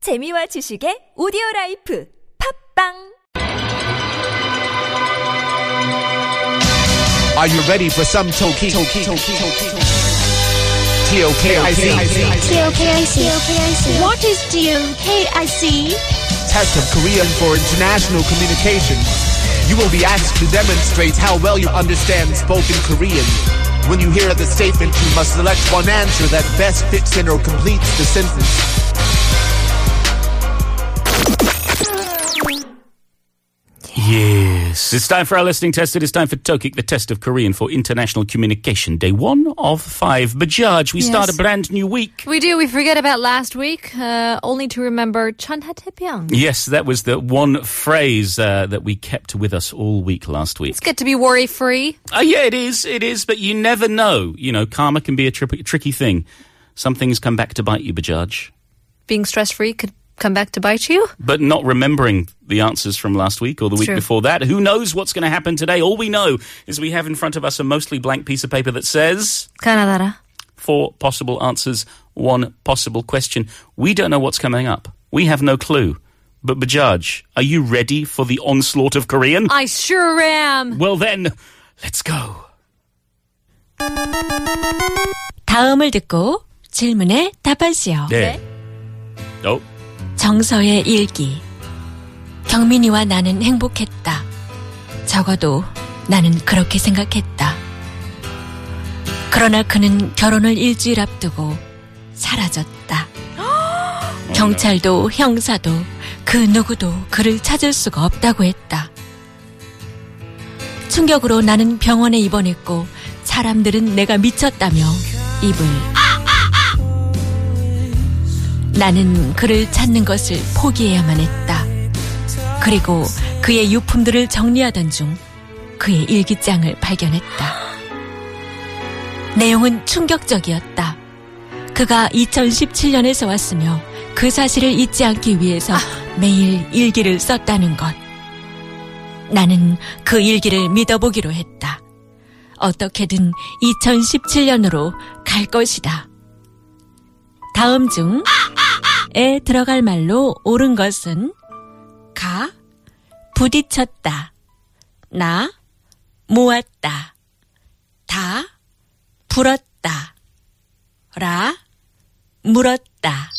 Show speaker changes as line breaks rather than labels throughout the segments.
재미와 지식의 오디오 라이프 팝빵
Are you ready for some Toki? Toki, Toki, Toki, TOKIC.
TOKIC. What is TOKIC?
Test of Korean for International Communication. You will be asked to demonstrate how well you understand spoken Korean. When you hear the statement, you must select one answer that best fits in or completes the sentence.
Yes. It's time for our listening test. It is time for TOKIC, the test of Korean for international communication. Day one of five. Bajaj, we start a
Yes.
brand new week.
We do. We forget about last week, uh, only to remember Chunhatepyeong.
Yes, that was the one phrase uh, that we kept with us all week last week.
It's good to be worry free.
Uh, yeah, it is. It is. But you never know. You know, karma can be a tri- tricky thing. Some things come back to bite you, Bajaj.
Being stress free could come back to bite you.
But not remembering the answers from last week or the week
true.
before that, who knows what's going to happen today? All we know is we have in front of us a mostly blank piece of paper that says.
Kanadara.
four possible answers, one possible question. We don't know what's coming up. We have no clue. But Bajaj, are you ready for the onslaught of Korean?
I sure am.
well then, let's go.
다음을 듣고 질문에 답하시오.
네. Oh,
정서의 일기. 경민이와 나는 행복했다. 적어도 나는 그렇게 생각했다. 그러나 그는 결혼을 일주일 앞두고 사라졌다. 경찰도 형사도 그 누구도 그를 찾을 수가 없다고 했다. 충격으로 나는 병원에 입원했고 사람들은 내가 미쳤다며 입을 나는 그를 찾는 것을 포기해야만 했다. 그리고 그의 유품들을 정리하던 중 그의 일기장을 발견했다. 내용은 충격적이었다. 그가 2017년에서 왔으며 그 사실을 잊지 않기 위해서 매일 일기를 썼다는 것. 나는 그 일기를 믿어보기로 했다. 어떻게든 2017년으로 갈 것이다. 다음 중에 들어갈 말로 옳은 것은 가, 부딪혔다, 나, 모았다, 다, 불었다, 라, 물었다.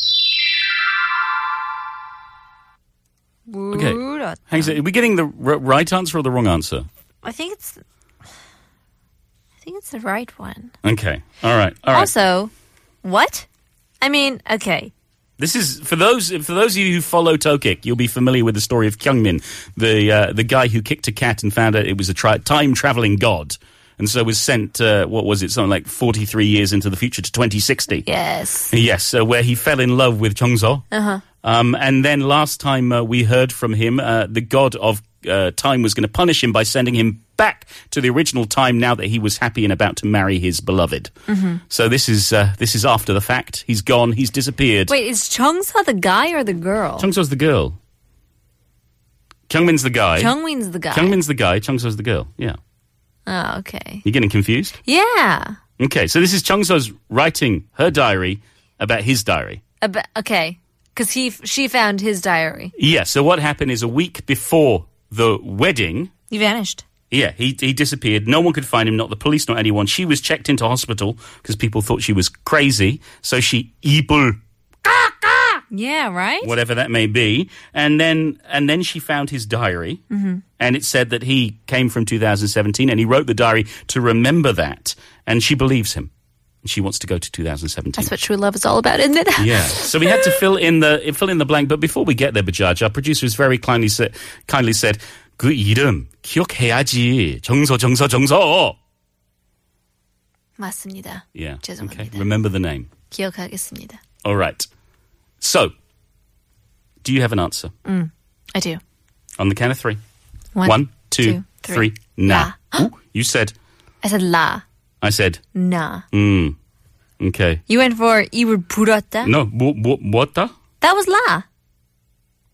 Okay. hang on. Are we getting the r- right answer or the wrong answer?
I think it's. I think it's the right one.
Okay. All right. All right.
Also, what? I mean, okay.
This is for those for those of you who follow Tokik, you'll be familiar with the story of Kyungmin, the uh, the guy who kicked a cat and found out it was a tri- time traveling god, and so was sent uh, what was it something like forty three years into the future to twenty sixty.
Yes.
Yes, uh, where he fell in love with Chungzo. Uh-huh. Um, and then last time uh, we heard from him, uh, the god of uh, time was going to punish him by sending him back to the original time now that he was happy and about to marry his beloved. So this is uh, this is after the fact. He's gone. He's disappeared.
Wait, is Chungsa the guy or the girl?
Chungso's the girl. Kyungmin's the guy.
Chungwin's the guy.
Kyungmin's the guy. Chungso's the girl. Yeah.
oh, okay.
You're getting confused?
Yeah.
Okay, so this is Chungso's writing her diary about his diary.
Ab- okay. Because he, f- she found his diary.
Yeah, so what happened is a week before the wedding,
He vanished.
yeah, he, he disappeared. No one could find him, not the police, not anyone. She was checked into hospital because people thought she was crazy. So she evil,
Yeah. Right.
whatever that may be. And then, and then she found his diary.
Mm-hmm.
And it said that he came from 2017 and he wrote the diary to remember that. And she believes him. And she wants to go to 2017.
That's what true love is all about, isn't it?
Yeah. So we had to fill in the fill in the blank. But before we get there, Bajaj, our producer has very kindly said kindly said 그 이름 기억해야지 정서 정서 정서.
맞습니다.
Yeah. Okay.
죄송합니다.
Remember the name.
기억하겠습니다.
All right. So, do you have an answer
I do.
on the count of three?
One,
One, two,
two,
three.
three.
Nah. Ooh, you said.
I said la,
I said.
na.
Mm. Okay.
You went for 이를 불었다.
No. What? What? the?
That was la.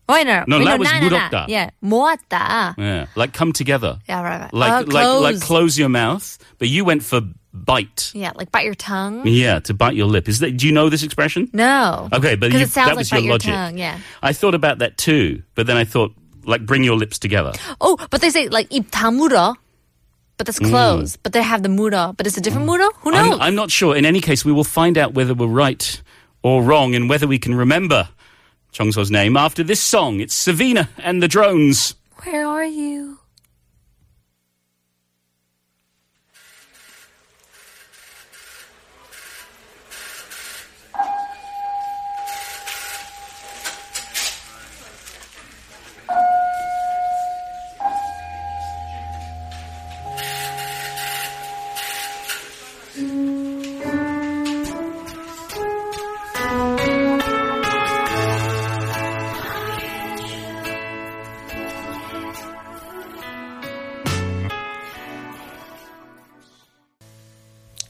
Wait, no.
No,
Wait,
la was
na, na, na.
물었다.
Yeah, 모았다.
Yeah. Like come together.
Yeah, right, right.
like
Oh,
like like
close.
close your mouth but you went for bite.
Yeah, like bite your tongue.
Yeah, to bite your lip. Is that? Do you know this expression?
No.
Okay, but
'Cause
you,
it sounds
that
like
was
bite
your
your
logic.
tongue, yeah.
I thought about that too, but then I thought like bring your lips together.
Oh, but they say like 입 다물어. But that's close. But they have the mura. But it's a different mura? Who knows?
Mm. I'm, I'm not sure. In any case, we will find out whether we're right or wrong and whether we can remember Chongso's name after this song. It's Savina and the Drones.
Where are you?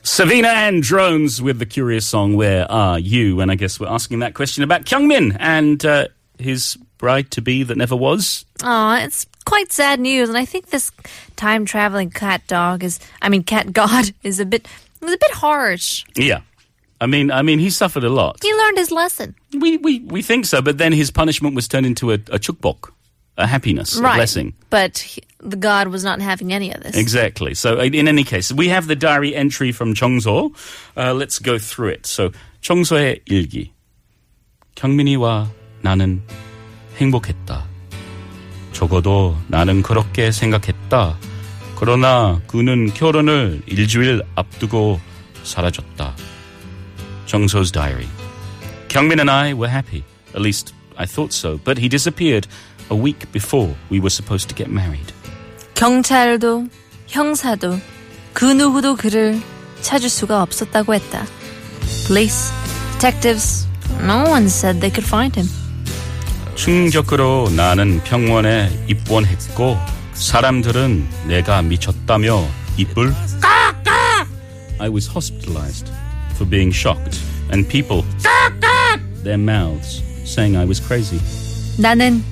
Savina and Drones with the curious song Where Are You? And I guess we're asking that question about Kyungmin and uh, his bride to be that never was.
Aw, it's quite sad news, and I think this time traveling cat dog is I mean cat god is a bit was a bit harsh.
Yeah. I mean, I mean, he suffered a lot.
He learned his lesson.
We, we, we think so, but then his punishment was turned into a, a chukbok, a happiness, a blessing.
But he- the god was not having any of this.
Exactly. So, uh, in any case, we have the diary entry from Chongso. Uh, let's go through it. So, 청소의 일기. 경민이와 나는 행복했다. 적어도 나는 그렇게 생각했다. 그러나 그는 결혼을 일주일 앞두고 사라졌다. Chongso's diary. Kyungmin and I were happy. At least I thought so. But he disappeared a week before we were supposed to get married.
경찰도 형사도 그 누구도 그를 찾을 수가 없었다고 했다. Police, detectives, no one said they could find him.
충격으로 나는 병원에 입원했고 사람들은 내가 미쳤다며 입을 까! 까! I was hospitalized for being shocked and people their mouths saying I was crazy.
나는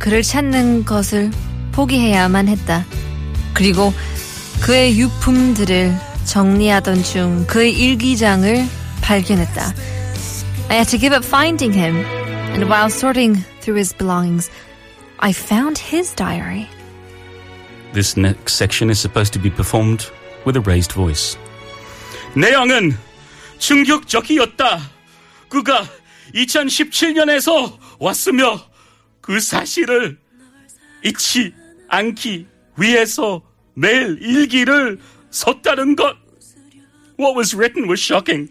그를 찾는 것을 포기해야만 했다. 그리고 그의 유품들을 정리하던 중 그의 일기장을 발견했다. I had to give up finding him, and while sorting through his belongings, I found his diary.
This next section is supposed to be performed with a raised voice. 내용은 충격적이었다. 그가 2017년에서 왔으며 그 사실을 잊지 않기 위해서 매일 일기를 썼다는 것. What was written was shocking.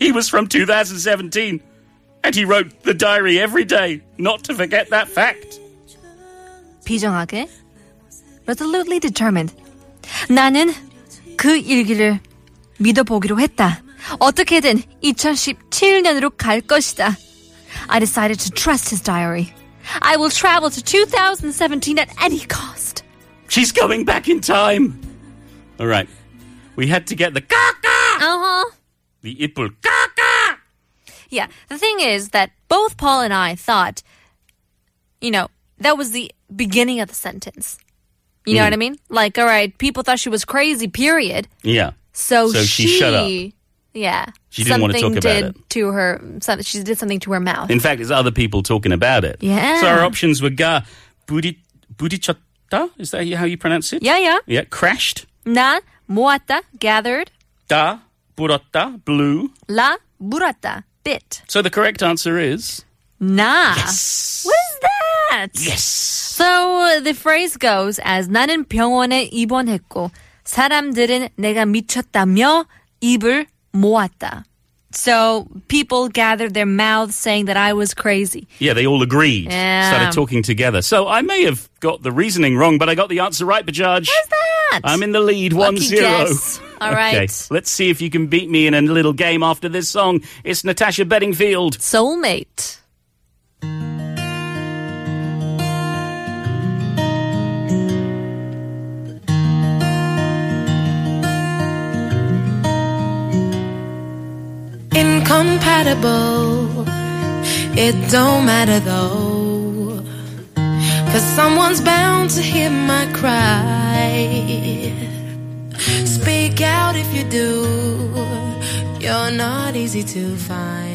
He was from 2017 and he wrote the diary every day not to forget that fact.
비정하게 resolutely determined 나는 그 일기를 믿어보기로 했다 어떻게든 2017년으로 갈 것이다 I decided to trust his diary I will travel to 2017 at any cost
She's going back in time. All right. We had to get the kaka,
uh-huh
the ipul kaka.
yeah the thing is that both Paul and I thought you know that was the beginning of the sentence you know what I mean like all right people thought she was crazy period
Yeah.
So,
So she
she,
shut up.
Yeah.
She didn't wanna
Something
talk about
did To her, some, she did something to her mouth.
In fact, it's other people talking about it.
Yeah.
So our options were ga budi budichotta. Is that how you pronounce it?
yeah, yeah.
Yeah. Crashed.
나 모았다, gathered.
Da burotta blew.
라 물었다, bit.
So the correct answer is
나. What is that?
yes.
So uh, the phrase goes as 나는 병원에 입원했고 사람들은 내가 미쳤다며 입을 모았다. So people gathered their mouths saying that I was crazy.
Yeah, they all agreed.
Yeah.
Started talking together. So I may have got the reasoning wrong, but I got the answer right, Bajaj.
That.
I'm in the lead, one
Lucky
zero.
guess. All right.
Okay, let's see if you can beat me in a little game after this song. It's Natasha Bedingfield.
soulmate.
incompatible. It don't matter though, cause someone's bound to hear my cry. Speak freak out if you do. You're not easy to find.